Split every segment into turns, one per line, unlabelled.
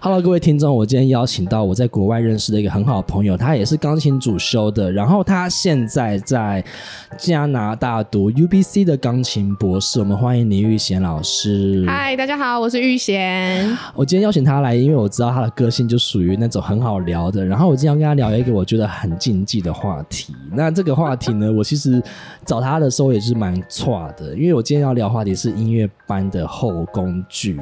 Hello，各位听众，我今天邀请到我在国外认识的一个很好的朋友，他也是钢琴主修的，然后他现在在加拿大读 UBC 的钢琴博士。我们欢迎林玉贤老师。
嗨，大家好，我是玉贤。
我今天邀请他来，因为我知道他的个性就属于那种很好聊的。然后我经常跟他聊一个我觉得很禁忌的话题。那这个话题呢，我其实找他的时候也是蛮错的，因为我今天要聊的话题是音乐班的后宫剧、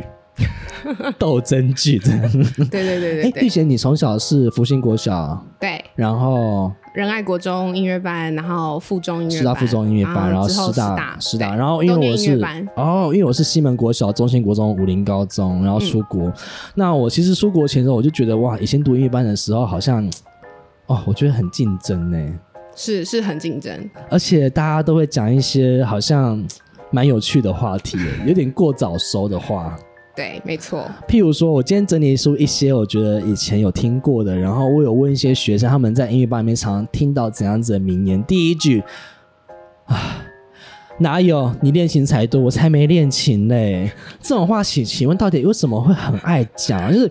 斗争剧这样。
对对对对
哎，玉
对
贤，你从小是福星国小，
对，
然后
仁爱国中音乐班，然后附中音乐班，啊
师大附中音乐班，然后
之后
师大
大
师大，
对
然后因
都
为
念
我
音乐
是
班
哦，因为我是西门国小、中心国中、武林高中，然后
嗯
出国。那我其实出国前的时候，我就觉得哇，以前读音乐班的时候好像。哦，我觉得很竞争呢，
是是很竞争，
而且大家都会讲一些好像蛮有趣的话题耶，有点过早熟的话。
对，没错，
譬如说，我今天整理出一些我觉得以前有听过的，然后我有问一些学生，他们在英语班里面常常听到怎样子的名言。第一句，啊，哪有你练琴才多，我才没练琴嘞！这种话，请请问到底为什么会很爱讲啊？就是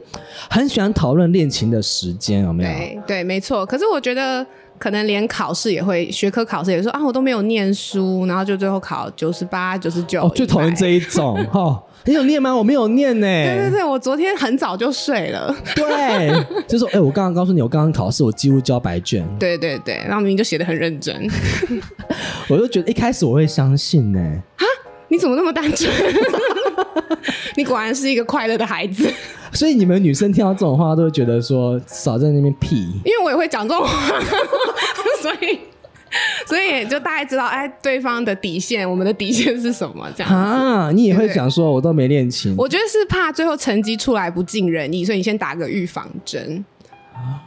很喜欢讨论练琴的时间，有没有？
对对，没错。可是我觉得。可能连考试也会，学科考试也说啊，我都没有念书，然后就最后考九十八、九十九。
哦，最讨厌这
一
一种哦。你有念吗？我没有念呢、
百。对对对，我昨天很早就睡了。
对，就说哎、我刚刚告诉你，我刚刚考试，我几乎交白卷。
对对对，然后明明就写的很认真，
我就觉得一开始我会相信呢、
你怎么那么单纯？你果然是一个快乐的孩子。
所以你们女生听到这种话，都会觉得说少在那边屁。
因为我也会讲这种话， 所以所以就大概知道哎，对方的底线，我们的底线是什么这样。
啊，你也会讲说，我都没练琴。
我觉得是怕最后成绩出来不尽人意，所以你先打个预防针。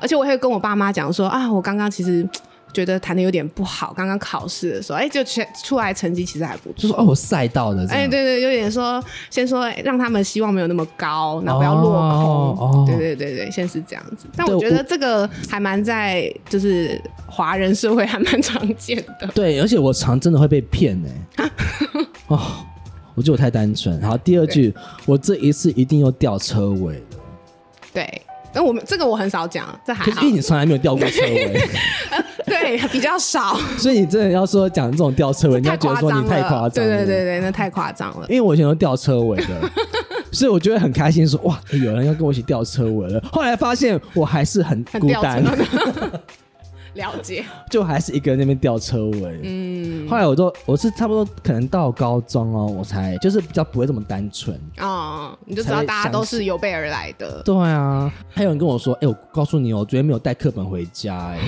而且我会跟我爸妈讲说啊，我刚刚其实觉得弹的有点不好，刚刚考试的时候，哎，就全出来成绩其实还不
就
错。
说哦，我赛到的。
哎，，对对，有点说，先说哎让他们希望没有那么高，然后不要落
哦
空。
哦
对对对对，先是这样子。但
对
我觉
我
得这个还蛮在就是华人社会还蛮常见的。
对，而且我常真的会被骗呢、 哦，我觉得我太单纯。好，第二句，我这一次一定又掉车尾了。
对，但我们这个我很少讲，这还
可是
啊好
因为，你从来没有掉过车尾，
对，比较少，
所以你真的要说讲这种掉车尾，人家
太
觉得
夸
说
张
你太夸
了。
张
对
了。
对对对，那太夸张了。
因为我以前都掉车尾的，所以我就会很开心说哇，有人要跟我一起掉车尾了。后来发现我还是很
很
孤
掉
单。
车的 了解，
就还是一个人在那边吊车尾。嗯，后来我都我是差不多可能到高中哦，我才就是比较不会这么单纯。
哦，你就知
才
道
会
大家
相
都
信
是有备而来的。
对啊，还有人跟我说，哎、我告诉你哦，我昨天没有带课本回家、 哎，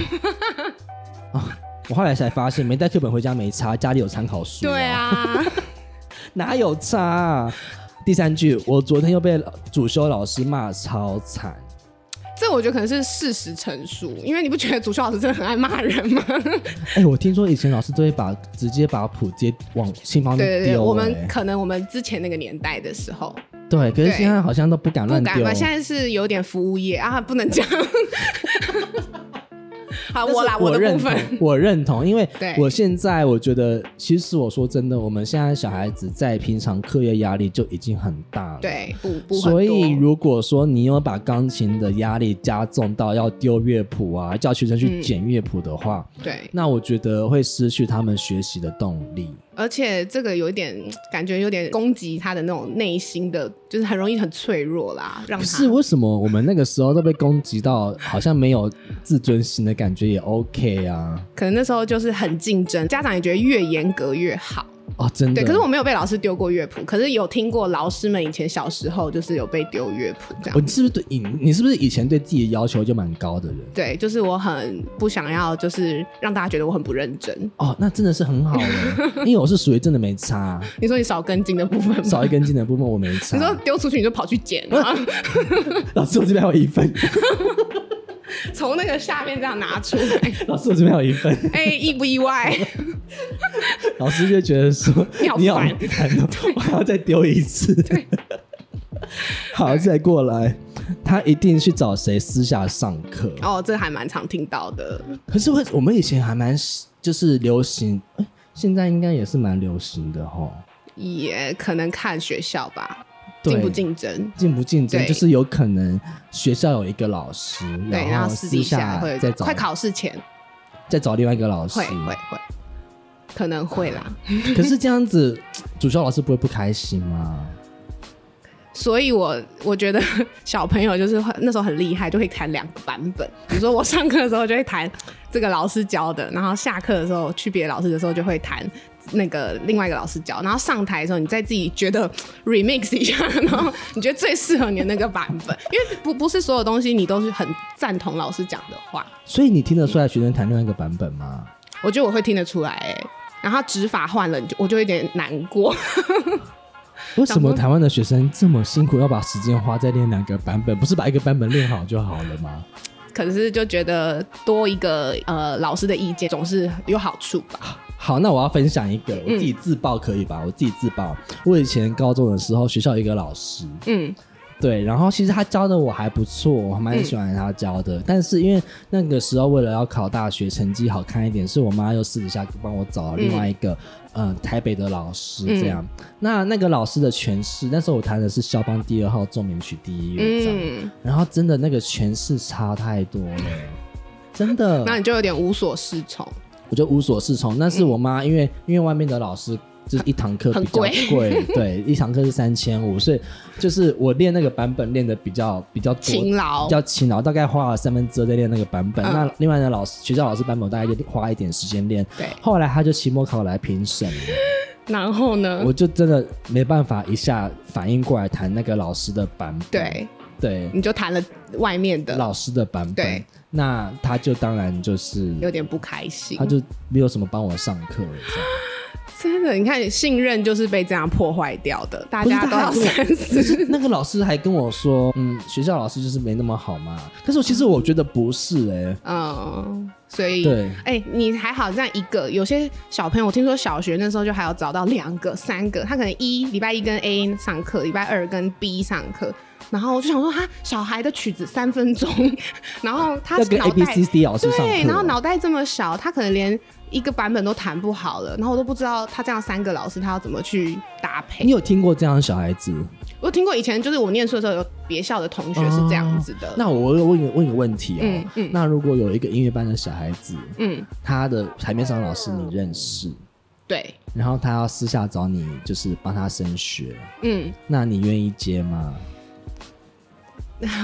啊，我后来才发现没带课本回家没差，家里有参考书、哦
对，啊，
哪有差、啊？第三句，我昨天又被主修老师骂超惨。
这我觉得可能是事实陈述，因为你不觉得主修老师真的很爱骂人吗？
哎、我听说以前老师都会把直接把谱直接往信方
对
面
对
丢、
对，我们
哎
可能我们之前那个年代的时候
对，可是
对
现在好像都不敢
不
乱丢。
敢吧，现在是有点服务业啊，不能讲。好，
但是
啊我啦，我的
认
部
同，
分，
我认同，因为
对
我现在我觉得，其实我说真的，我们现在小孩子在平常课业压力就已经很大了。。
对，补补很多
所以，如果说你有把钢琴的压力加重到要丢乐谱啊，叫学生
嗯
去捡乐谱的话，
对，
那我觉得会失去他们学习的动力。
而且这个有一点感觉有点攻击他的那种内心的，就是很容易很脆弱啦，让
可
他
是为什么我们那个时候都被攻击到，好像没有自尊心的感觉也 OK 啊？
可能那时候就是很竞争，家长也觉得越严格越好。
哦，真的。
对，可是我没有被老师丢过乐谱，可是有听过老师们以前小时候就是有被丢乐谱这
哦，。
样
你是不是对你你是不是以前对自己的要求就蛮高的人？
对，就是我很不想要，就是让大家觉得我很不认真。
哦，那真的是很好 的，因为我是属于真的没差，
你说你少根筋的部分吗？
少一根筋的部分我没差。
你说丢出去你就跑去捡，然后
老师我这边还有一 份，
从那个下面这样拿出来，
老师我这边还有一份，
哎、意不意 外？
老师就觉得说
你好
你好
烦
烦 哦，我还要再丢一次。 好，再过来，他一定去找谁私下上课。
哦，这还蛮常听到的。
可是会，我们以前还蛮就是流行，哎现在应该也是蛮流行的哈。
也可能看学校吧，
对
竞不竞争。
竞不竞争，
对
就是有可能学校有一个老师，
对，然后私
私
底下会
再找
快考试前
再找另外一个老师
会，会会，可能会啦。
可是这样子，主校老师不会不开心吗？
所以我我觉得小朋友就是很那时候很厉害，就会弹两个版本。比如说我上课的时候就会弹这个老师教的，然后下课的时候去别的老师的时候就会弹那个另外一个老师教，然后上台的时候你再自己觉得 remix 一下，然后你觉得最适合你的那个版本，因为不不是所有东西你都是很赞同老师讲的话，
所以你听得出来学生谈另外一个版本吗？
我觉得我会听得出来、欸。然后指法换了，你就我就有点难过。
为什么台湾的学生这么辛苦，要把时间花在练两个版本？不是把一个版本练好就好了吗？
可是就觉得多一个呃老师的意见总是有好处吧。
好，那我要分享一个，我自
嗯
己自爆可以吧？我自己自爆。我以前高中的时候，学校有一个老师，
嗯，
对，然后其实他教的我还不错，我还蛮喜欢他教的。但是因为那个时候为了要考大学，成绩好看一点，是我妈又私底下帮我找了另外一个、呃台北的老师这样。那那个老师的诠释，那时候我弹的是肖邦第二号奏鸣曲第一乐章，
嗯，
然后真的那个诠释差太多了，真的。
那你就有点无所适从。
我就无所适从。但
嗯
是我妈因为因为外面的老师就是一堂课比
很
较
贵
贵，对，一堂课是三千五，所以就是我练那个版本练的比较比较多
勤劳
比较勤劳，大概花了三分之二在练那个版本。
嗯
那另外的老师学校老师版本，我大概就花一点时间练。
对
后来他就期末考来评审了，
然后呢？
我就真的没办法一下反应过来弹那个老师的版本。
对，
对，
你就谈了外面的，
老师的版本
对。
那他就当然就是，
有点不开心
他。就没有什么帮我上课了。这样
真的，你看信任就是被这样破坏掉的，大
不是
家都
他
要
还
三思。
那个老师还跟我说，嗯，学校老师就是没那么好嘛。可是我其实我觉得不是哎、
嗯，所以
对
哎、你还好这样一个，有些小朋友我听说小学那时候就还有找到两个、三个，他可能一礼拜一跟 A 上课，礼拜二跟 B 上课。然后我就想说，他小孩的曲子三分钟， 然后他
要跟
脑
A B
袋
C D 老师上课，
对，然后脑袋这么小，他可能连一个版本都弹不好了，然后我都不知道他这样三个老师他要怎么去搭
你
配。
有听过这样的小孩子？
我听过以前就是我念书的时候有别校的同学是这样子的，
哦那我问个问个问题哦、
嗯嗯
那如果有一个音乐班的小孩子，
嗯，
他的台面上的老师你认识，
对，
然后他要私下找你，就是帮他升学，
嗯，
那你愿意接吗？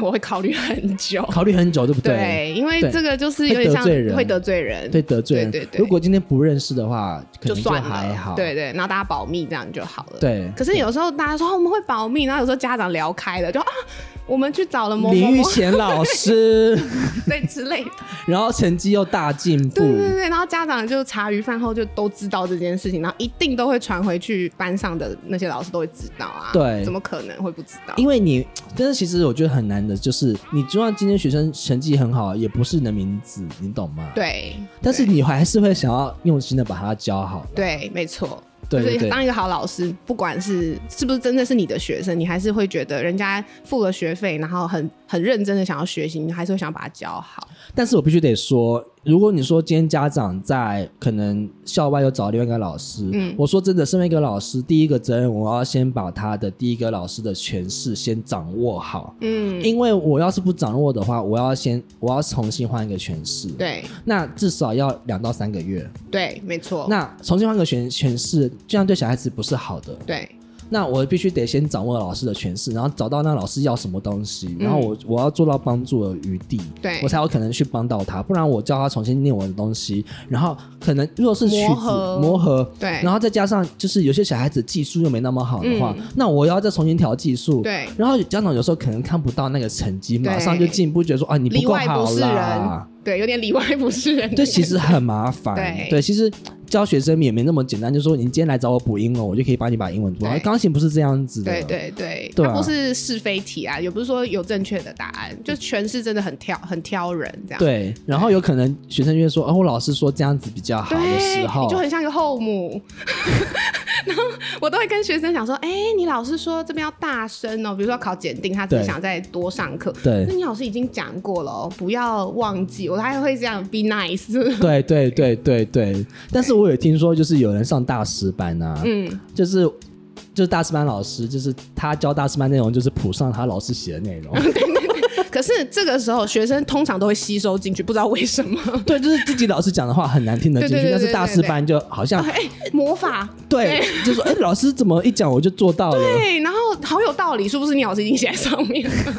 我会考虑很久。
考虑很久，对不对？
对，因为
对
这个就是有点像
会得罪人对，
会得罪人，
得罪人。
对对对
如果今天不认识的话，可
就
能就
算了，
还好。
对对，然后大家保密这样就好了。。
对，
可是有时候大家说、哦我们会保密，然后有时候家长聊开了，就啊，我们去找了某某
林玉
某
贤老 师。
对之类的，
然后成绩又大进步
对，对对，然后家长就茶余饭后就都知道这件事情，然后一定都会传回去，班上的那些老师都会知道啊。
对
怎么可能会不知道？
因为你，但是其实我觉得很难的，就是你就算今天学生成绩很好，也不是你的名字，你懂吗？。
对，
但是你还是会想要用心的把它教好。
对，没错。
对对
就是
对
当一个好老师，不管是是不是真的是你的学生，你还是会觉得人家付了学费，然后很很认真的想要学习，你还是会想把它教好。
但是我必须得说，如果你说今天家长在可能校外又找另外一个老师，
嗯
我说真的，身为一个老师，第一个责任我要先把他的第一个老师的诠释先掌握好，
嗯，
因为我要是不掌握的话，我要先我要重新换一个诠释，，
对
那至少要两到三个月，
对，没错。
那重新换个诠诠释，这样对小孩子不是好的。
对
那我必须得先掌握老师的诠释，然后找到那老师要什么东西，然后我我要做到帮助的余地，
嗯对
我才有可能去帮到他。不然我叫他重新念我的东西，然后可能如果是曲子
磨合
磨合，
对嗯
然后再加上就是有些小孩子技术又没那么好的话，那我要再重新调技术，
对
然后家长有时候可能看不到那个成绩，马上就
对
进步，觉得说啊你
里
不够
外不
好
是
啦
人。，对，有点里外不是人。
这其实很麻烦。
对
其实教学生也没那么简单，就说你今天来找我补英文，我就可以帮你把英文补好。
对
钢琴不是这样子的，
对对对，
对
它
啊嗯
不是是非题啊，也不是说有正确的答案，就全是真的很挑很挑人这样。
对然后有可能学生就会说，哦，我老师说这样子比较好的时
你
候
就，很像一个后母。 然后我都会跟学生讲说，哎、你老师说这边要大声哦、比如说考检定，他只
对
是想再多上课。
对
那你老师已经讲过了哦、不要忘记。我还会这样 be nice。
对对对对对。但是我也听说，就是有人上大师班啊，
嗯，
就是就是大师班老师，就是他教大师班内容，就是谱上他老师写的内 容。
可是这个时候，学生通常都会吸收进去，不知道为什么。
对，就是自己老师讲的话很难听得进去，
对对对
但是
对
大
对
师
对
班就好 像
哎、魔法
对，就说哎、老师怎么一讲我就做到了？
对，然后好有道理，是不是？你老师已经写在上面了，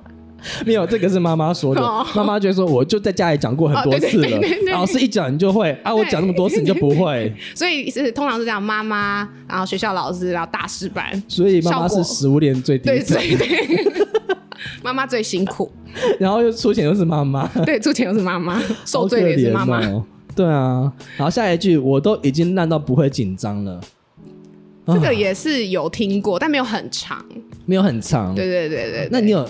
没有，这个是妈妈说的
哦。
妈妈就说我就在家里讲过很多次
哦对对对对
了，
对
老师一讲你就会啊，我讲那么多次你就不会。
所以是通常是这样，妈妈，然后学校老师，然后大师班，
所以妈妈
效
是
果
食物链最低
对
层，
对对， 妈妈最辛苦，
然后又出钱又是妈妈，
对，出钱又是妈妈， 受
好可
罪的也是妈妈。
怜哦。对啊，然后下一句我都已经烂到不会紧张了，啊嗯
这个也是有听过，但没有很长。
没有很长。
对对对对，
那你有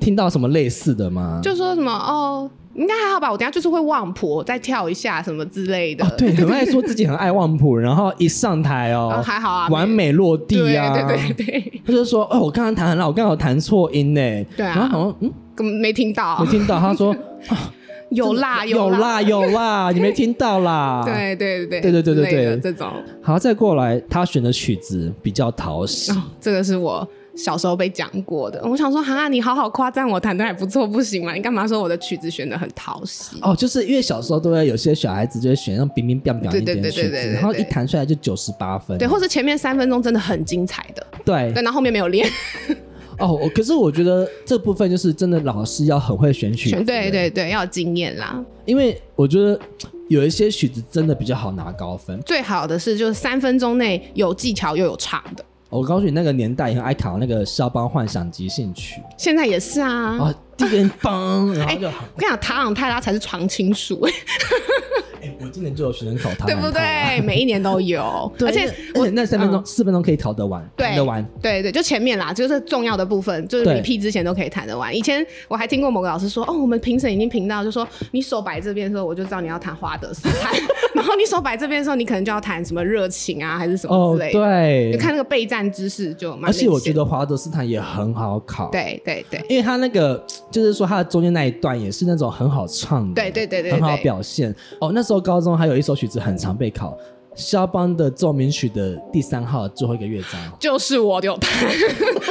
听到什么类似的吗？
就说什么哦，应该还好吧，我等一下就是会忘婆，再跳一下什么之类的。
哦，对，很爱说自己很爱旺普，然后一上台哦，
哦还好啊
完美落地啊，
对对对对，
他就说：“哦，我刚刚弹很烂，我刚好弹错音呢。”
对啊
然后好像嗯，
根本没听到 啊
没，听到。他 说
有辣：“
有
辣，
啦，有啦， 你没听到啦。”。
对对
对
对
对对对
之类的
对
这种
好，再过来，他选的曲子比较讨喜。
哦，这个是我小时候被讲过的。我想说，哈，你好好夸赞我弹的还不错，不行吗？你干嘛说我的曲子选的很讨喜？
哦，就是因为小时候都会有些小孩子就会选那种冰冰冰冰一点的
对对对
曲
对对对
子，
对
然后一弹出来就九十八分。
对，或是前面三分钟真的很精彩的，
对
对，然后后面没有练，
哦，我可是我觉得这部分就是真的老师要很会选曲子，
对，对对，要有经验啦。
因为我觉得有一些曲子真的比较好拿高分。
最好的是就是三分钟内有技巧又有唱的，
我告诉你，那个年代也很爱考那个肖邦幻想即兴曲。
现在也是啊。
啊，第一个人嘣，然后就、
我跟你讲，塔朗泰拉才是常青树，
哎，我今年就有学生考啊他，
对不？对？每一年都有，
对
而且嗯
那而且那三分钟、四分钟可以考得完，
对
考得完。
对对，就前面啦，就是重要的部分，就是
对
repeat 之前都可以弹得完。以前我还听过某个老师说，哦，我们评审已经评到，就说你手摆这边的时候，我就知道你要弹华德斯 坦，然后你手摆这边的时候，你可能就要弹什么热情啊，还是什么
哦，
之类的。
对
你，看那个备战知识就蛮
而
明显
且
的，
我觉得华德斯坦也很好考，，
对对对
因为他那个就是说他的中间那一段也是那种很好唱的，
对对对对对
很好表现。哦，那时候高中还有一首曲子很常被考，肖邦的奏鸣曲的第三号最后一个乐章。
就是我有弹，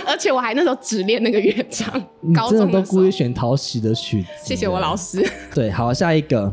而且我还那时候只练那个乐章
你，
高
真
中
都
的时
故
候
意。选讨喜的曲子，
谢谢我老
师。
师。
对，好，下一个，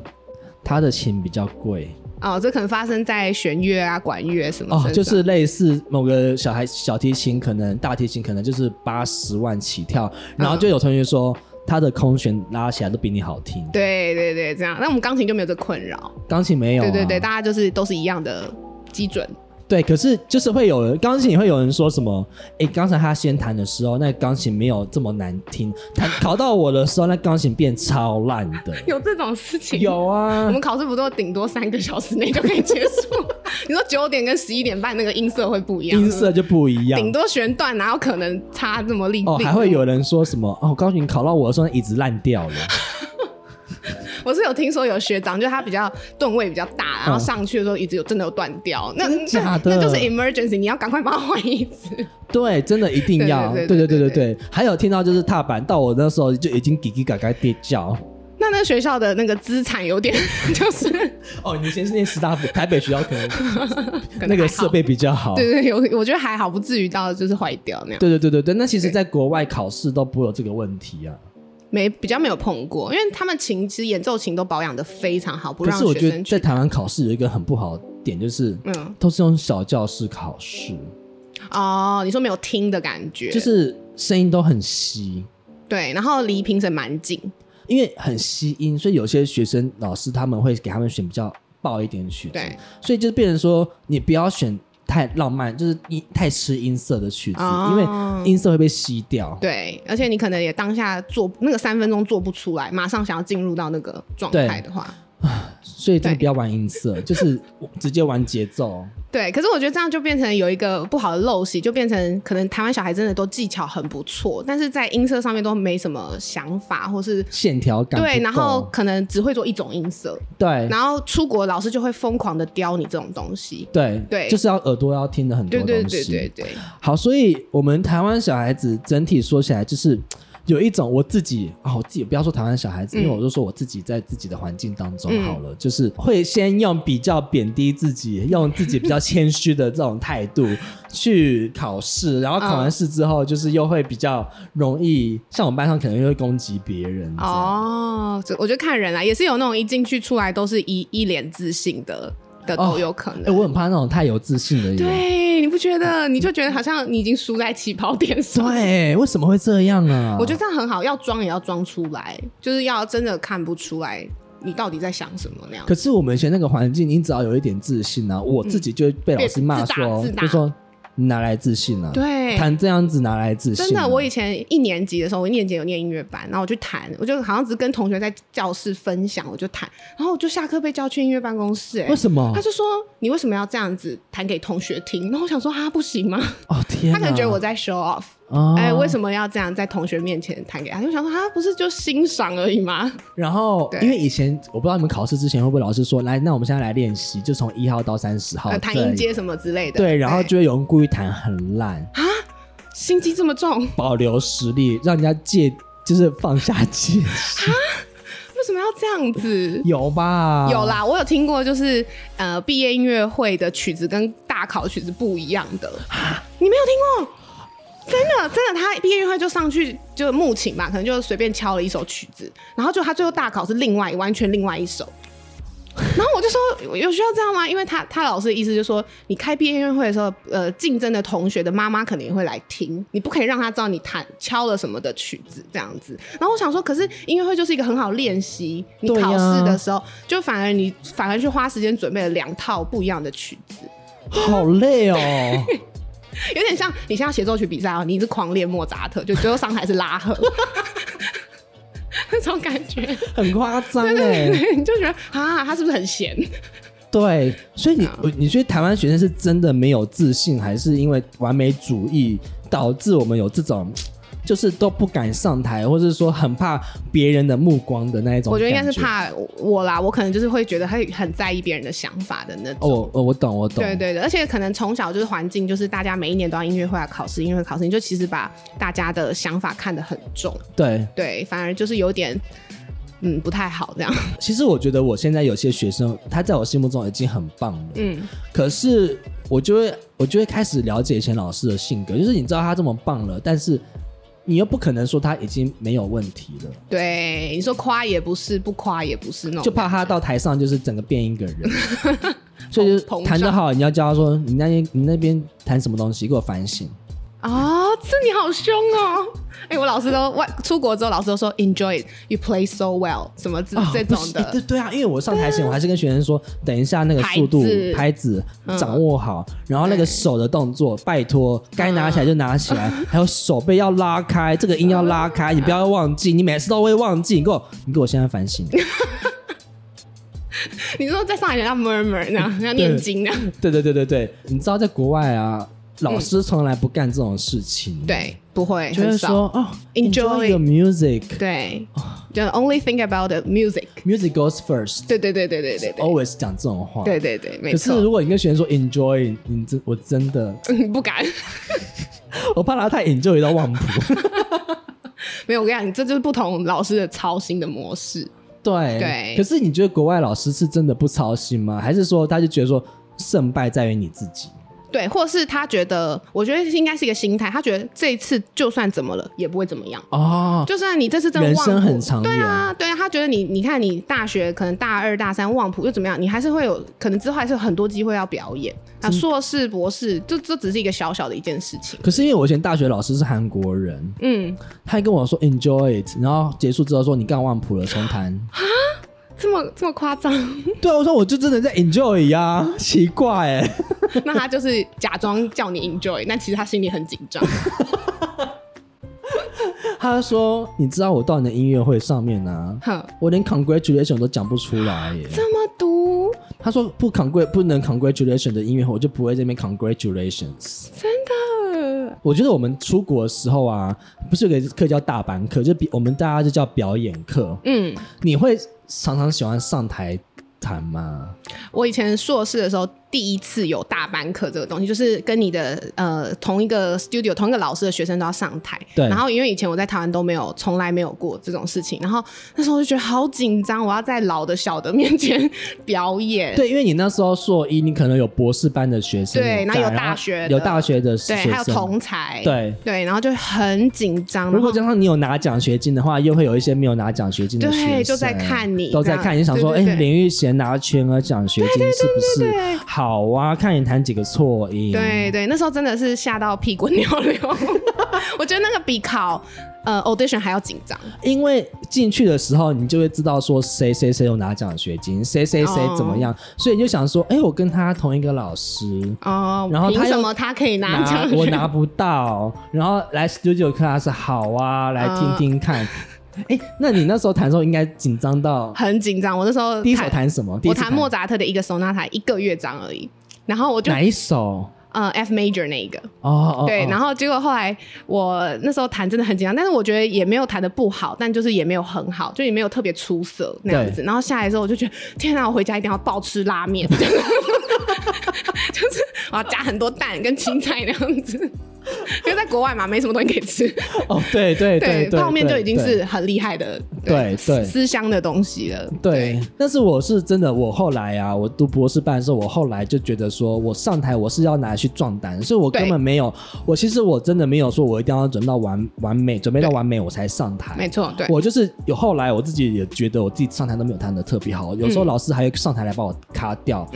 他的琴比较贵，
哦，这可能发生在弦乐啊、管乐什么身
哦，
上
就是类似某个小孩小提琴，可能大提琴可能就是八十万起跳，然后就有同学说。他的空弦拉起来都比你好听，
对对对，这样。那我们钢琴就没有这困扰。
钢琴没有、啊，
对对对，大家就是都是一样的基准。
对可是就是会有人钢琴也会有人说什么，哎，刚才他先弹的时候，那钢琴没有这么难听， 弹考到我的时候，那钢琴变超烂的，
有这种事情？。
有
我
啊，
们考试不都顶多三个小时内就可以结 束？你说九点跟十一点半那个音色会不一样，
音色就不一样，
顶多弦段，哪有可能差这么厉
哦，
厉
还会有人说什么，哦，钢琴考到我的时候，那椅子烂掉了，
我是有听说有学长，就他比较吨位比较大，然后上去的时候椅子有真的有断掉，那
嗯真假
那
的
那就是 emergency，你要赶快帮他换椅子。
对，真的一定要，对
对
对
对对
对对
对
对。还有听到就是踏板，到我那时候就已经叽叽嘎嘎跌叫。
那那学校的那个资产有点 就是
哦，你以前是念师大附台北学校，可能
可能
那个
还好
设备比较好。
对对，有我觉得还好，不至于到就是坏掉那样，
对对对对对，那其实在国外考试都不会有这个问题啊。
没比较没有碰过，因为他们琴其实演奏琴都保养的非常好，不
可
让
是我
学
觉得
生
在
去。
台湾考试有一个很不好的点，就是
嗯
都是用小教室考试，
哦，你说没有听的感觉，
就是声音都很稀。
对，然后离评审蛮近，
因为很吸音，所以有些学生老师他们会给他们选比较爆一点的曲子
对，
所以就变成说你不要选太浪漫，就是音太吃音色的曲子，
哦
因为音色会被吸掉。
对，而且你可能也当下做那个三分钟做不出来，马上想要进入到那个状态的话，
所以真的
对
不要玩音色，就是直接玩节奏。
对。可是我觉得这样就变成有一个不好的陋习，就变成可能台湾小孩真的都技巧很不错，但是在音色上面都没什么想法，或是
线条感
对，
不
然后
够
可能只会做一种音色，
对
然后出国老师就会疯狂的雕你这种东西。
对
对
就是要耳朵要听的很多
对
东西。
对对对对，
好，所以我们台湾小孩子整体说起来就是。有一种我自己啊，我自己不要说台湾小孩子，因为
嗯
我就说我自己在自己的环境当中
嗯
好了，就是会先用比较贬低自己，用自己比较谦虚的这种态度去考试，然后考完
嗯
试之后，就是又会比较容易，像我们班上可能又会攻击别人这样。
哦，这我觉得看人啦，也是有那种一进去出来都是一一脸自信的的
哦
都有可
哎、
能。
我很怕那种太有自信的人。
对，你不觉得？你就觉得好像你已经输在起跑点上。
对，啊为什么会这样啊？
我觉得这样很好，要装也要装出来，就是要真的看不出来你到底在想什么那样。
可是我们以前那个环境，你只要有一点自信啊，我自己就会被老师骂说，
嗯
就说你哪来自信啊？，
对，
谈这样子哪来自信、啊？
真的，我以前一年级的时候，我一年级有念音乐班，然后我去弹，我就好像只是跟同学在教室分享，我就弹，然后我就下课被叫去音乐办公室、哎
为什么
他？就说你为什么要这样子弹给同学听？然后我想说啊，不行吗？
哦天哪，
他可能觉得我在 show off，
哦
哎、为什么要这样在同学面前弹给他？就想说啊，不是就欣赏而已吗？
然后
对
因为以前我不知道你们考试之前会不会老师说，来，那我们现在来练习，就从一号到三十号
呃，弹音
这里
阶什么之类
哦啊
的。
对，然后就会有人故意弹很烂，
啊，心机这么重，
保留实力，让人家戒，就是放下戒心，
为什么要这样子？
有吧？
有。啦，我有听过，就是呃，毕业音乐会的曲子跟大考曲子不一样的。你没有听过？真的，真的，他毕业音乐会就上去就木琴吧，可能就随便敲了一首曲子，然后就他最后大考是另外完全另外一首。然后我就说有需要这样吗？因为他他老师的意思就是说，你开毕业音乐会的时候，呃，竞争的同学的妈妈可能也会来听，你不可以让他知道你弹敲了什么的曲子这样子。然后我想说，可是音乐会就是一个很好练习你
对呀
考试的时候，就反而你反而去花时间准备了两套不一样的曲子，
好累哦，
有点像你像协奏曲比赛啊，你一直狂练莫扎特，就最后上台是拉赫， 那种感觉，
很夸 张哎、
你就觉得啊，他是不是很闲？
对，所以你
啊
我你觉得台湾学生是真的没有自信，还是因为完美主义导致我们有这种，就是都不敢上台，或者是说很怕别人的目光的那一种？
我觉得应该是。怕我啦，我可能就是会觉得他很在意别人的想法的那种。
哦，我我懂，我懂。
对对对，而且可能从小就是环境，就是大家每一年都要音乐会啊、考试、音乐会考试，你就其实把大家的想法看得很重，
对
对，反而就是有点嗯不太好这样。
其实我觉得我现在有些学生，他在我心目中已经很棒了。
嗯，
可是我就会，我就会开始了解以前老师的性格，就是你知道他这么棒了，但是你又不可能说他已经没有问题了。
对，你说夸也不是，不夸也不是那种，
就怕他到台上就是整个变一个 人，所以就
膨
是弹得
胀
好，你要教他说你那边你那边弹什么东西，给我反省。
啊、这你好凶哦！ 哎、我老师都外出国之后，老师都说 enjoy it, you play so well 什么之、这
哦不
种
是诶
的
对，对啊，因为我上台前我还是跟学生说，等一下那个速度
拍子
拍子
嗯
掌握好，然后那个
对
手的动作，拜托该拿起来就拿起
嗯
来，还有手背要拉开，这个音要拉开，你不要忘记，你每次都会忘记，你给我你给我现在反 省。
你说在上海人要 murmur 那样，要念经啊那样，
对对对对对，你知道在国外啊，老师从来不干这种事情，，
对，不会，
就
很
是
少
说哦，enjoy
Enjoy
the music。
对，就 only think about the music。
Music goes first，
对对对对对对对，
always 讲这种话。
对对对，没
可是
错
如，果你跟学生说 enjoy，你真我真的，
不敢。
我怕他太 enjoy 到忘谱。
没有，我跟你讲，这就是不同老师的操心的模式。
对
对
可是你觉得国外老师是真的不操心吗？还是说他就觉得说胜败在于你自己？
对，或是他觉得，我觉得应该是一个心态，他觉得这一次就算怎么了，也不会怎么样。
哦，
就算你这次真的
人
忘
生
谱
很长
对
远
啊，对啊，他觉得你，你看你大学可能大二、大三忘谱又怎么样，你还是会有可能之后还是有很多机会要表演。那硕士、博士，这这只是一个小小的一件事情。
可是因为我以前大学老师是韩国人，
嗯，
他还跟我说 enjoy it，然后结束之后说你干忘谱了，重弹。
这么这么夸张，
对啊，我说我就真的在 enjoy 呀、奇怪哎、
那他就是假装叫你 enjoy，但其实他心里很紧张。
他说你知道我到你的音乐会上面啊，
哼，
我连 congratulation 都讲不出来耶、
这么毒，
他说不 congr 不能 congratulation 的音乐会，我就不会这边 congratulations。
真的
我觉得我们出国的时候啊，不是有个课叫大班课，就比我们大家就叫表演课。
嗯，
你会常常喜欢上台弹吗？
我以前硕士的时候，第一次有大班课这个东西，就是跟你的呃同一个 studio 同一个老师的学生都要上台。
对
然后因为以前我在台湾都没有，从来没有过这种事情。然后那时候我就觉得好紧张，我要在老的小的面前 表演。
对，因为你那时候硕一，你可能有博士班的学生
对
也在，
然后有大
然后
学的
有大学的
对
学生，
还有同才。
对。
对，然后就很紧张。
如果
然
加上你有拿奖学金的话，又会有一些没有拿奖学金的
对
学生，
就在看你
都在
这样
看你，想说，哎
对对，对
林玉贤拿全额奖学金是不
对对
是
对
好啊？看你弹几个错音，
后对对，那时候真的是吓到屁滚尿 流。我觉得那个比考呃 audition 还要紧张。
因为进去的时候，你就会知道说谁谁谁有拿奖学金，谁谁谁怎么样，所以你就想说，哎、我跟他同一个老师。
哦，
然后他
凭
又
什么他可以拿
拿
奖？
我拿不到，然后来 studio class 好啊，来听听看。
嗯
哎、那你那时候弹的时候应该紧张到
很紧张。我那时候
第一首弹什么？第一
我
次
弹莫扎特的一个 sonata 一个乐章而已，然后我就
哪一首？
呃 F major 那一个，
哦哦，
对，
哦
然后结果后来我那时候弹真的很紧张，但是我觉得也没有弹的不好，但就是也没有很好，就也没有特别出色那样子。然后下来之后我就觉得，天啊哪，我回家一定要暴吃拉面， 就是我要加很多蛋跟青菜那样子，因为在国外嘛，没什么东西可以吃。
哦，对对
对，
对，
泡面就
对
已经
对
是很厉害的，
对对
思乡的东西了。
对，但是我是真的，我后来啊，我读博士班的时候，我后来就觉得说，我上台我是要拿来去壮胆，所以我根
对
本没有，我其实我真的没有说我一定要准备到完完美，准备到
对
完美我才上台。
没错，对，
我就是有后来我自己也觉得我自己上台都没有弹的特别好，有时
嗯
候老师还会上台来把我卡掉，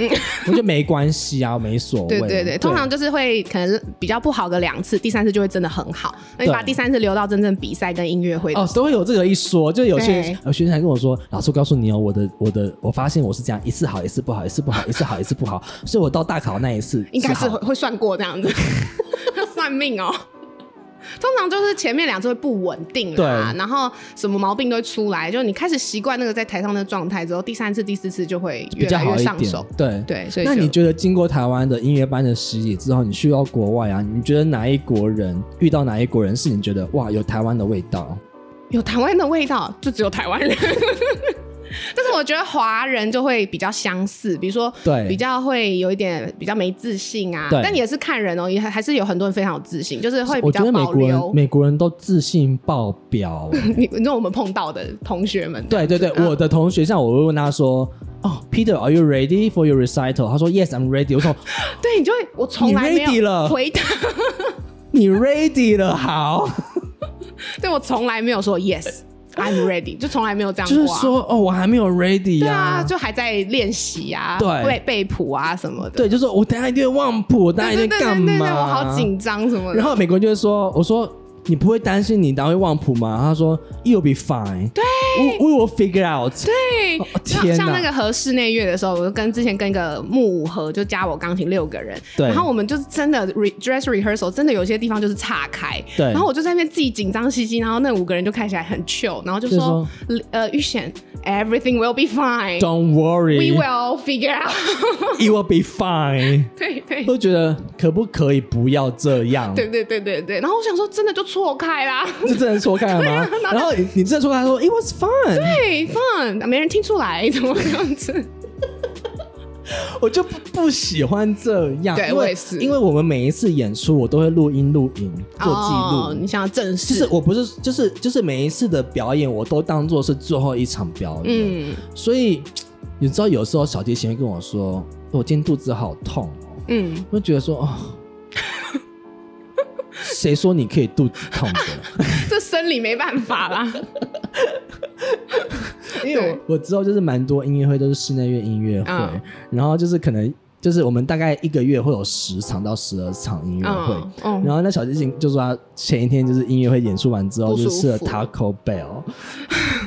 我觉得没关系啊，没所谓。
对对对，通常就是会可能比较不好个两次，第三次就会真的很好。那你
对
把第三次留到真正比赛跟音乐会的
哦，都会有这个一说，就有些
对
呃学生还跟我说，老师我告诉你哦，我的我的，我发现我是这样，一次好，一次不好，一次不好，一次好，一次不好，所以我到大考那一次
应该是
好
会会算过这样子， 算命哦。通常就是前面两次会不稳定啦，
对
然后什么毛病都会出来，就你开始习惯那个在台上的状态之后，第三次、第四次就会
比
越
较
来
好
越
一
上
点
手。。
对。
对，所以
那
就
你觉得经过台湾的音乐班的洗礼之后，你去到国外啊，你觉得哪一国人遇到哪一国人是你觉得哇有台湾的味道？
有台湾的味道，就只有台 湾人。但是我觉得华人就会比较相似，比如说
对
比较会有一点比较没自信啊
对，
但也是看人哦，也还还是有很多人非常有自信，就是会比
我觉
较
得美
保
国人
留。
美国人都自信爆 表、欸
你你知道我们碰到的同学们，
对 对对，我的同学像我会问他说，哦，Peter，Are you ready for your recital？他说 Yes，I'm ready。我说
对，你就会我从来没
你 ready 了
有回答，
你 ready 了，好，
对我从来没有说 yes I'm ready，就从来没有这样
就是
过、啊。
说哦，我还没有 ready
对
呀、
啊，就还在练习啊，
对
背背谱啊什么的。
对，就是我等一下一定会忘谱，我等一下一
对对
定
对
会干
对对
嘛？
对，我好紧张什么的。
然后美国人就会说：“我说你不会担心你等下会忘谱吗？”他说：“You'll be fine。”对，We we will figure out。
对，
哦
像
天
像
哪
那个和室内乐的时候，我就跟之前跟一个木舞合，就加我钢琴六个人，
对
然后我们就是真的 re, dress rehearsal，真的有些地方就是岔开，
对
然后我就在那边自己紧张兮兮，然后那五个人就看起来很 chill，然后就
就
说，呃，玉贤，everything will be fine，we
Don't worry,
will figure out，
you will be fine。
对对。
都觉得可不可以不要这样？
对对对对对，然后我想说，真的就错开啦，
这真的错开了吗？然后你你真的错开，他说 It was fun，
对，fun，没人听出来，怎么这样子？
我就不不喜欢这样。
对
因为
我也是
因为我们每一次演出，我都会录音录影做记
哦，
录
你。想要正
就
式？
是我不是就是就是每一次的表演，我都当做是最后一场表演。
嗯
所以你知道，有时候小提琴会跟我说：“哦我今天肚子好痛、哦。
嗯”，
我就觉得说：“ 哦，谁说你可以肚子痛的
这生理没办法啦。？”
因为我我之后就是蛮多音乐会都是室内乐音乐会，
嗯
然后就是可能就是我们大概一个月会有十场到十二场音乐会。
嗯嗯，
然后那小提琴就说他前一天就是音乐会演出完之后
不
就
舒
吃了
服
Taco Bell，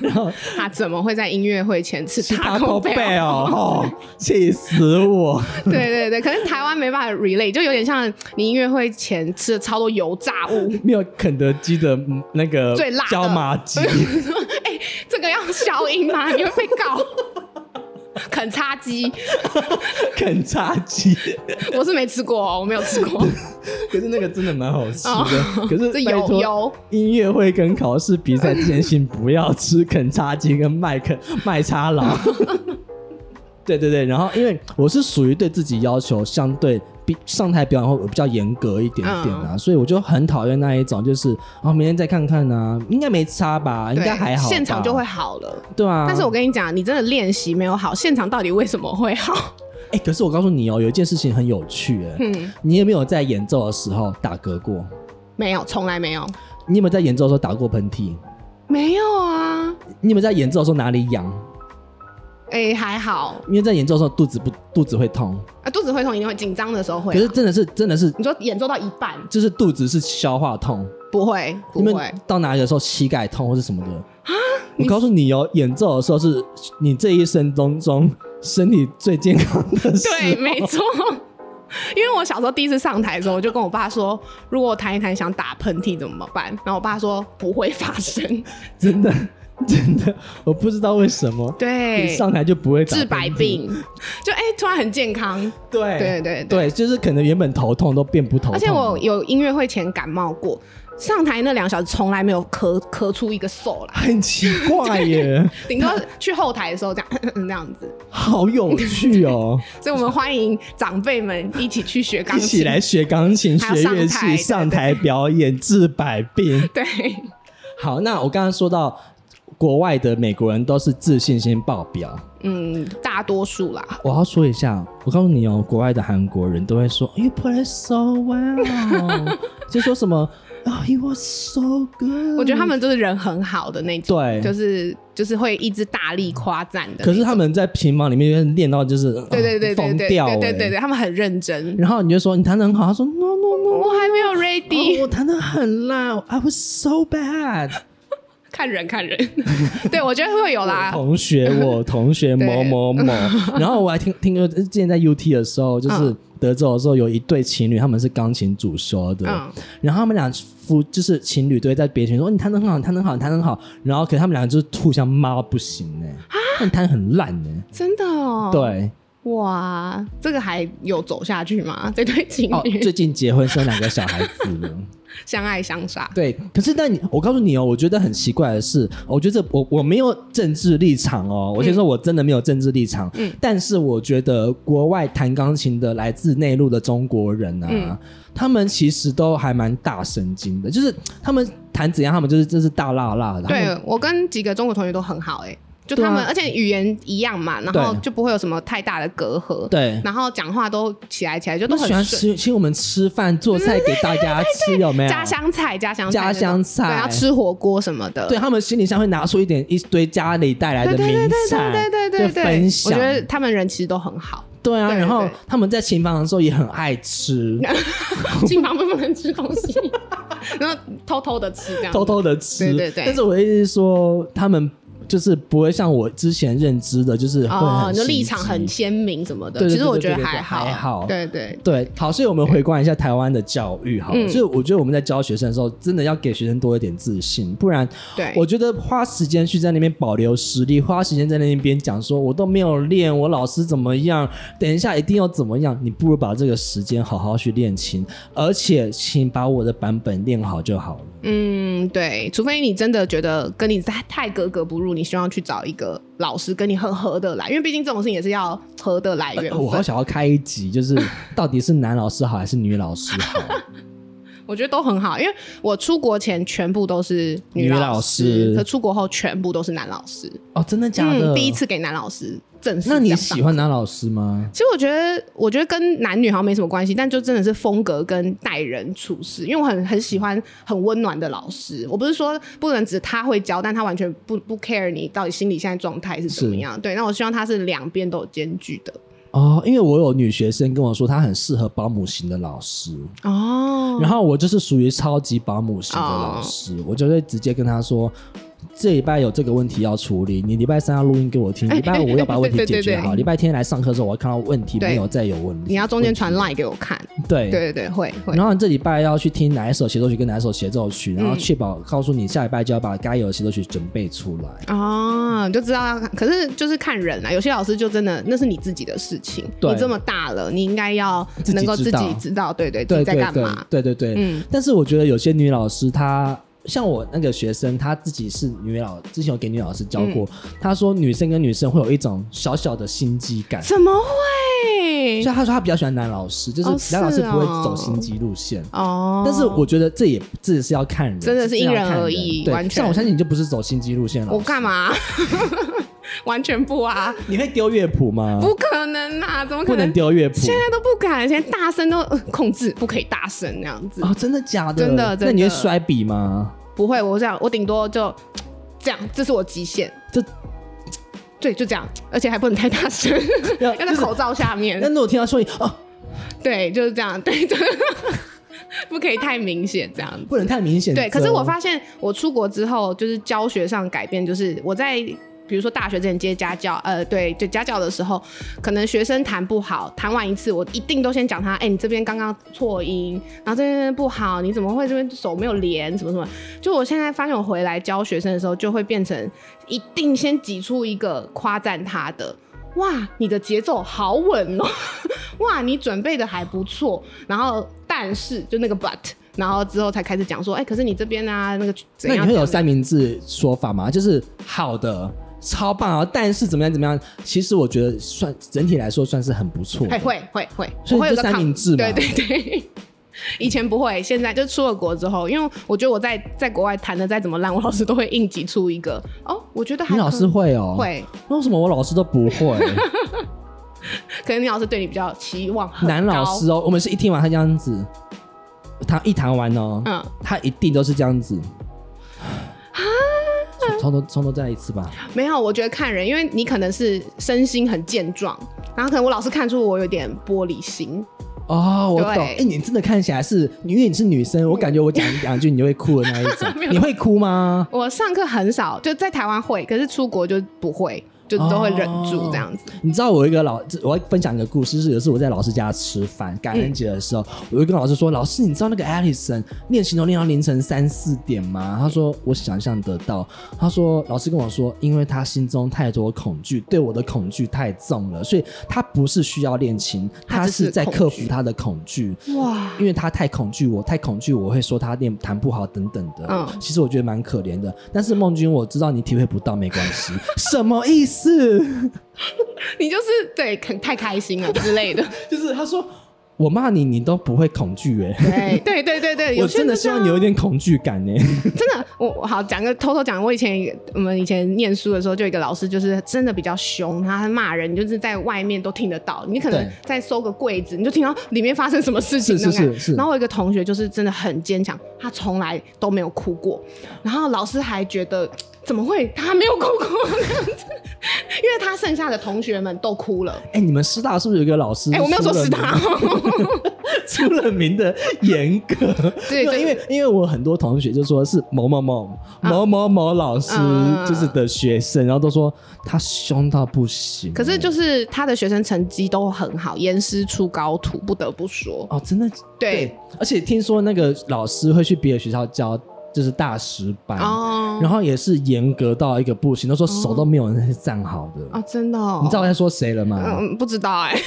然后
他怎么会在音乐会前吃
吃
Taco
Bell，
Bell？
哦，气死我！
对对对，可是台湾没办法 relate，就有点像你音乐会前吃了超多油炸物。
没有肯德基的嗯那个
最辣的
椒麻 鸡，
哎、这个要消音吗？你会被告。肯叉鸡，
肯叉鸡，
我是没吃过、哦，我没有 吃过。
可是那个真的蛮好吃的。
哦
可是
这
拜
油
托
油
音乐会跟考试比 赛之前，请不要吃肯叉鸡跟麦肯麦叉劳。 对对对，然后因为我是属于对自己要求相对比上台表演会比较严格一点点
嗯
啊，所以我就很讨厌那一种，就是哦明天再看看啊，应该没差吧，应
对
该还好吧，
现场就会好了。
对啊。
但是我跟你讲，你真的练习没有好，现场到底为什么会好？
哎、可是我告诉你哦，有一件事情很有趣哎、
嗯，
你有没有在演奏的时候打嗝过？
没有，从来没有，
你有没有在演奏的时候打过喷嚏？
没有啊。
你有没有在演奏的时候哪里痒？
哎、还好
因为在演奏的时候肚子不肚子会痛，
啊，肚子会痛一定会，紧张的时候会
可
啊、
是真的是真的是
你说演奏到一半
就是肚子是消化痛，
不会，啊不
你们
会，
到哪里的时候膝盖痛或是什么的我告诉你哦，演奏的时候是你这一生当中身体最健康的时候。
对，没错。 因为我小时候第一次上台的时候，我就跟我爸说，如果我弹一弹想打喷嚏怎么办？然后我爸说不会发 生，
真的真的，我不知道为什么，你
对，
上台就不会打
治
喷
百
嚏。
病，就哎、突然很健康，
对
对对对。
对，就是可能原本头痛都变不头痛。
而且我有音乐会前感冒过，上台那两小时从来没有咳咳出一个嗽啦，
很奇怪 耶，
顶多去后台的时候这样嗯这样子。
好有趣哦！
所以我们欢迎长辈们一起去学钢
一起
琴，
来学钢琴、
还
学
要
乐
上台对
器、上台表演治百病。
对，
好，那我刚刚说到国外的美国人都是自信心爆表。
嗯，大多数啦，
我要说一下，我告诉你哦，国外的韩国人都会说 “You play so well”，就说什么 啊、y o u are so good”。
我觉得他们就是人很好的那种，
对
就是就是会一直大力夸赞的那种。
可是他们在平房里面就是练到就是
对对对
啊
对
疯
对
掉、欸，
对对对对，他们很认真。
然后你就说你弹的很好，他说 “No no no”，
我还没有 ready，、
哦我弹的很烂，I was so bad。
看人看人， 对我觉得会有啦。
同学，我同学
啊 对
某某某，然后我还听听说，之前在 UT 的时候，就是
嗯
德州的时候，有一对情侣，他们是钢琴主修的，
嗯
然后他们俩夫就是情侣都会在别群说哦你弹得很好，你弹得很好，你弹得很好，然后可是他们俩就是互相骂到不行呢、欸，你弹得很烂呢、
真的啊哦，，
对，
哇，这个还有走下去吗？这对情
哦，
侣、
最近结婚生两个小孩子了。
相爱相杀，
对，可是但你，我告诉你哦，我觉得很奇怪的是，我觉得这我我没有政治立场哦，我先说我真的没有政治立场，
嗯
但是我觉得国外弹钢琴的来自内陆的中国人啊，
嗯
他们其实都还蛮大神经的，就是他们弹怎样，他们就是真是大辣辣的，他们
对我跟几个中国同学都很好、欸，哎，就
对啊
他们、而且语言一样嘛，然后
对
就不会有什么太大的隔阂，
对。
然后讲话都起来起来就都
都
很
喜欢
顺嗯
吃，请我们吃饭做菜给大家吃，有没有？
家乡菜，家乡菜
家乡菜
对，要吃火锅什么的，
对他们行李箱会拿出一点一堆家里带来的
对对
名
对
产，
对对对对
就
对，
分享。
我觉得他们人其实都很好，
对啊，
对
然后
对
他们在琴房的时候也很爱 吃，
进房不能吃东西，然后偷偷的吃这样，
偷偷的吃。
对对对
但是我的意思是说，他们就是不会像我之前认知的，就是会
哦
很，
就
心
立场
机
很鲜明什么的。
对对对
其实我觉得
对对对
还好，
还好
对对
对。好，所以我们回观一下台湾的教育，好了，
嗯
就是我觉得我们在教学生的时候，真的要给学生多一点自信，不然
对，
我觉得花时间去在那边保留实力，花时间在那边讲说我都没有练，我老师怎么样，等一下一定要怎么样，你不如把这个时间好好去练琴，而且请把我的版本练好就好了。
嗯对，除非你真的觉得跟你太太格格不入，你希望去找一个老师跟你很合得来，因为毕竟这种事情也是要合得来缘
呃
分。
我好想要开一集，就是 到底是男老师好还是女老师好？
我觉得都很好，因为我出国前全部都是
女
老
老师
可出国后全部都是男老师。
哦，真的假的？
嗯，第一。次给男老师正式。
那你喜？欢男老师吗？
其实我觉得，我觉得跟男女好像没什么关系，但就真的是风格跟待人处事，因为我很很喜欢很温暖的老师。我不是说不能只他会教，但他完全不不 care 你到底心里现在状态是怎么样。对，那我希望他是两边都有兼具的。
哦，因为我有女学生跟我说，她很适合保姆型的老师，
哦，
然后我就是属于超级保姆型的老师，我就会直接跟她说。这礼拜有这个问题要处理，你礼拜三要录音给我听，礼拜五要把问题
对
解
对对
决
对
好，礼拜天来上课的时候，我要看到问题
对
没有再有问题。
你要中间传 line 给我看。
对
对对对，会会嗯
然。后你这礼拜要去听哪一首协奏曲跟哪一首协奏曲，然后确保告诉你下礼拜就要把该有的协奏曲准备出来。
哦，你就知道要看，可是就是看人啦。有些老师就真的那是你自己的事情，
对
你这么大了，你应该要
自己
能够
知
自己
道
知道，对对，自
对
己在
对
干
对
嘛。
对对对。
嗯
但是我觉得有些女老师她像我那个学生，他自己是女老，之前有给女老师教过，
嗯
他说女生跟女生会有一种小小的心机感，所
怎么会
以？他说他比较喜欢男老师，就
哦
是男老师
是
不会
哦
走心机路线。
哦，
但是我觉得这也这也是要看人，
真的是因人
这要看
而异
对
完全
像我相信你就不是走心机路线了。
我干嘛？完全不啊，
你会丢乐谱吗？
不可能啊，怎么
哦
可
不能
能？
丢乐谱。
现在都不敢，现在大声都呃控制，不可以大声那样子。
哦，真的假的？
真的真的
那你会摔笔吗？
不会，我这样，我顶多就这样，这是我极限。
这
对，就这样，而且还不能太大声，
要
要在口罩下面
那。如果听到说你哦，
对，就是这样，对，就 不可以太明显这样子。
不能太明显。
对，可是我发现我出国之后，就是教学上改变，就是我在比如说大学之前接家教，呃，对，就家教的时候，可能学生弹不好，弹完一次我一定都先讲他，哎、你这边刚刚错音，然后这边不好，你怎么会这边手没有连，什么什么？就我现在发现，我回来教学生的时候，就会变成一定先挤出一个夸赞他的。哇，你的节奏好稳哦！ 哇，你准备的还不错。然后，但是就那个 but，然后之后才开始讲说，哎、可是你这边啊，那个怎
那
样？
你会有
怎样
三明治说法吗？就是好的，超棒啊，但是怎么样怎么样？其实我觉得算整体来说算是很不错的
哎、。会会会，
所以
我会有
就
个
三
抗
明治嘛
对对对。 以前不会，现在就出了国之后，因为我觉得我在在国外弹的再怎么烂，我老师都会硬挤出一个哦，我觉得还
你老
可
师会哦？。
会，
为什么我老师都不 会？
可能你老师对你比较期望很
男老
高
师哦，我们是一听完他这样子，他一弹完哦，
嗯，啊
他一定都是这样子。从从头从头再来一次吧。
没有，我觉得看人，因为你可能是身心很健壮，然后可能我老师看出我有点玻璃心，
哦，我懂。
对
哎、你真的看起来是，因为你是女生，我感觉我讲两句你就会哭的那一种。你会哭吗？
我上课很少，就在台湾会，可是出国就不会，就都会忍住
哦
这样子。
你知道我有一个老，这我要分享一个故事，是有一次我在老师家吃饭，感恩节的时候，我就跟老师说：“老师，你知道那个 Alison 练习都练到凌晨三四点吗？”他说：“我想象得到。”他说：“老师跟我说，因为他心中太多恐惧，对我的恐惧太重了，所以他不是需要练琴，
他
他
只
是
是
在
恐
克
惧
服他的恐惧。”
哇，
因为他太恐惧我，太恐惧我会说他练弹不好等等的。
嗯
其实我觉得蛮可怜的，但是孟君我知道你体会不到，没关 系。什么意思？
你就是对，可能太开心了之类 的。
就是他说我骂你，你都不会恐惧耶。
对对对对对，
我
有些
真
人
的
就
希
这样
望你有一点恐惧感呢。
真的，我我好讲个偷偷讲，我以前我们以前念书的时候，就有一个老师，就是真的比较凶，他骂人，你就是在外面都听得到，你可能
对
在搜个柜子，你就听到里面发生什么事情
是
那种感觉
是是是
然后我有一个同学就是真的很坚强，他从来都没有哭过，然后老师还觉得怎么会他没有哭过 那样子，因为他剩下的同学们都哭了。
哎、你们师大是不是有一个老师？
哎、我没有说是他，哦，
出了名的严格。没
对
有
对
因为因为我很多同学就说是某某某某某某老师
嗯
就是的学生，然后都说他凶到不行。
可是就是他的学生成绩都很好，严师出高徒，不得不说。
哦，真的
对，
而且听说那个老师会去别的学校教，就是大师班，
哦
然后也是严格到一个不行，都说手都没有人站好的。
啊，真的、哦，
你知道我在说谁了吗？
嗯，不知道哎、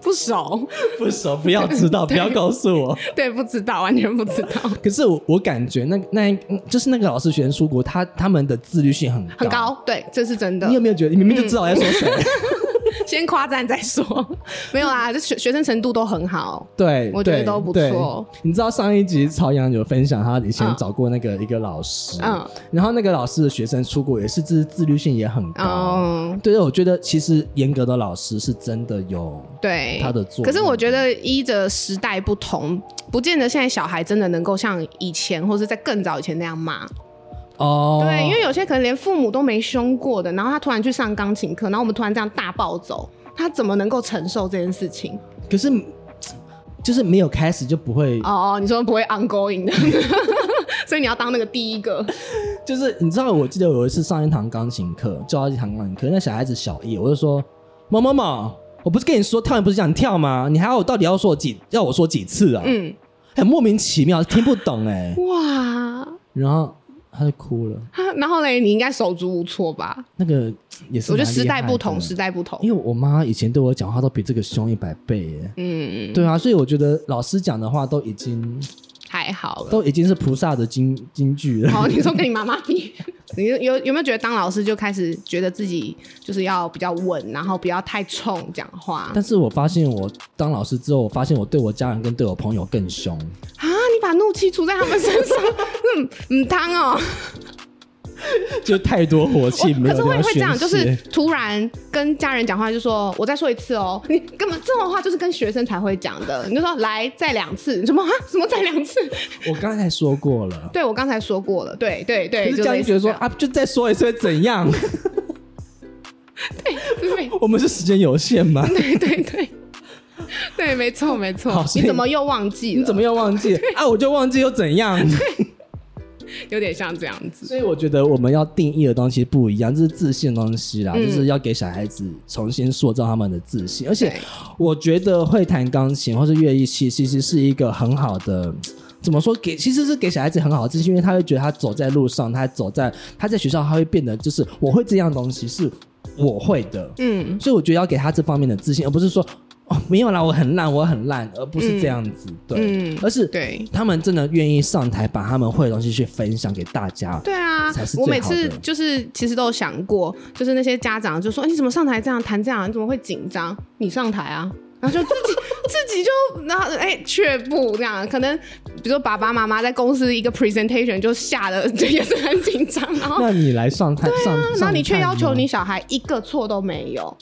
不熟，
不熟，不要知道，不要告诉我。
对，不知道，完全不知道，
可是我我感觉那那就是那个老师学生出国，他他们的自律性很高。
很高，嗯对，这是真的
你。有没有觉得你明明就知道我在说谁？
先夸赞再说， 没有啦，这学学生程度都很好，
对，
我觉得
对
都不
对
错
你知道上一集朝阳有分享他以前
嗯
找过那个一个老师，
嗯
然后那个老师的学生出国也是自自律性也很高。
嗯，
对，我觉得其实严格的老师是真的有，
对，
他的作用
可是我觉得依着时代不同，不见得现在小孩真的能够像以前，或是在更早以前那样骂。
哦，
对，因为有些可能连父母都没凶过的，然后他突然去上钢琴课，然后我们突然这样大暴走，他怎么能够承受这件事情？
可是就是没有开始就不会，
哦，你说不会 ongoing 的， 所以你要当那个第一个。
就是你知道，我记得有一次上一堂钢琴课，教一堂钢琴课，那小孩子小一，我就说某某某，我不是跟你说跳，你不是想跳吗？你还要我到底要说我几要我说几次啊？
嗯，
很莫名其妙，听不懂 哎、
哇，
然后他就哭了。
啊然后嘞，你应该手足无措吧？
那个也是，
我觉得时代不同，时。代不同。
因为我妈以前对我讲话都比这个凶一百倍耶，
嗯，
对啊，所以我觉得老师讲的话都已经
还太好了。
都已经是菩萨的金金句了。
哦，你说跟你妈妈比， 你有有没有觉得当老师就开始觉得自己就是要比较稳，然后不要太冲讲话
但是我发现我当老师之后，我发现我对我家人跟对我朋友更凶。
啊？你把怒气出在他们身上， 嗯嗯，当哦。
就太多火气，没有
可是会
地方
会这样，就
宣泄
是突然跟家人讲话，就说我再说一 次哦，你根本这种话就是跟学生才会讲的，你就说来再两次，你什么啊？什么再两次？
我刚才说过了。
对我刚才说过了，对对
可
对，
是
就
家
类
人
似
觉得说
这样
啊，就再说一次会怎样？
对
我们是时间有限吗？
对对对对，没错没错
好， 所以
你怎么又忘记了？
你怎么又忘记啊？我就忘记又怎样？
有点像这样子？
所以我觉得我们要定义的东西不一样，这是自信的东西啦，
嗯
就是要给小孩子重新塑造他们的自信。而且
对
我觉得会弹钢琴或是乐器，其实是一个很好的。怎么说给其实是给小孩子很好的自信，因为他会觉得他走在路上，他走在他在学校，他会变得就是我会这样东西是我会的，
嗯，
所以我觉得要给他这方面的自信，而不是说哦没有啦，我很烂，我很烂，而不是这样子，对，
嗯
而是
对
他们真的愿意上台，把他们会的东西去分享给大家。
对啊
才是，
我
最
每
好
次
的
就是其实都有想过，就是那些家长就说：“哎你怎么上台这样弹这样？你怎么会紧张？你上台啊？”然后就自己 自己就然后哎却步这样，可能比如说爸爸妈妈在公司一个 presentation 就吓得就也是很紧张，然后
那你来上台、嗯上，
哦啊那
上
你却
台
要求
吗
你小孩一个错都没有，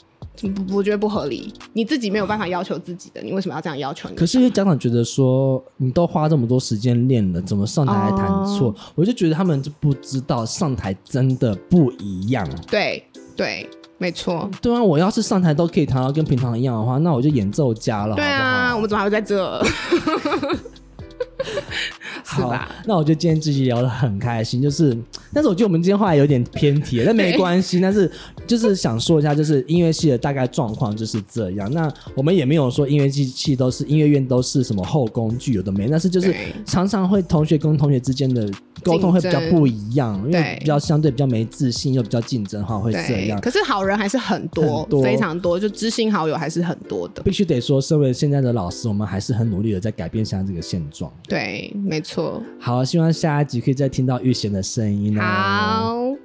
不我觉得不合理，你自己没有办法要求自己的，你为什么要这样要求你？
可是因为家长觉得说，你都花这么多时间练了，怎么上台还弹错？
哦
我就觉得他们就不知道上台真的不一样。
对对，没错，
对啊，我要是上台都可以弹到跟平常一样的话，那我就演奏家了，
对啊，
好不
我们怎么还会 在这？
好？
是吧
好？那我觉得今天这集聊得很开心，就是，但是我觉得我们今天话有点偏题了，但没
对
关系。但是就是想说一下，就是音乐系的大概状况就是这样。那我们也没有说音乐系系都是音乐院都是什么后工具，有的没，但是就是
对
常常会同学跟同学之间的沟通会比较
竞争
不一样，因为
对
比较相对比较没自信又比较竞争的话会这
对
样，。
可是好人还是很多，
很多
非常多，就知心好友还是很多的。
必须得说，身为现在的老师，我们还是很努力的在改变现在这个现状。
对，没错。
好，希望下一集可以再听到玉贤的声音哦。
好，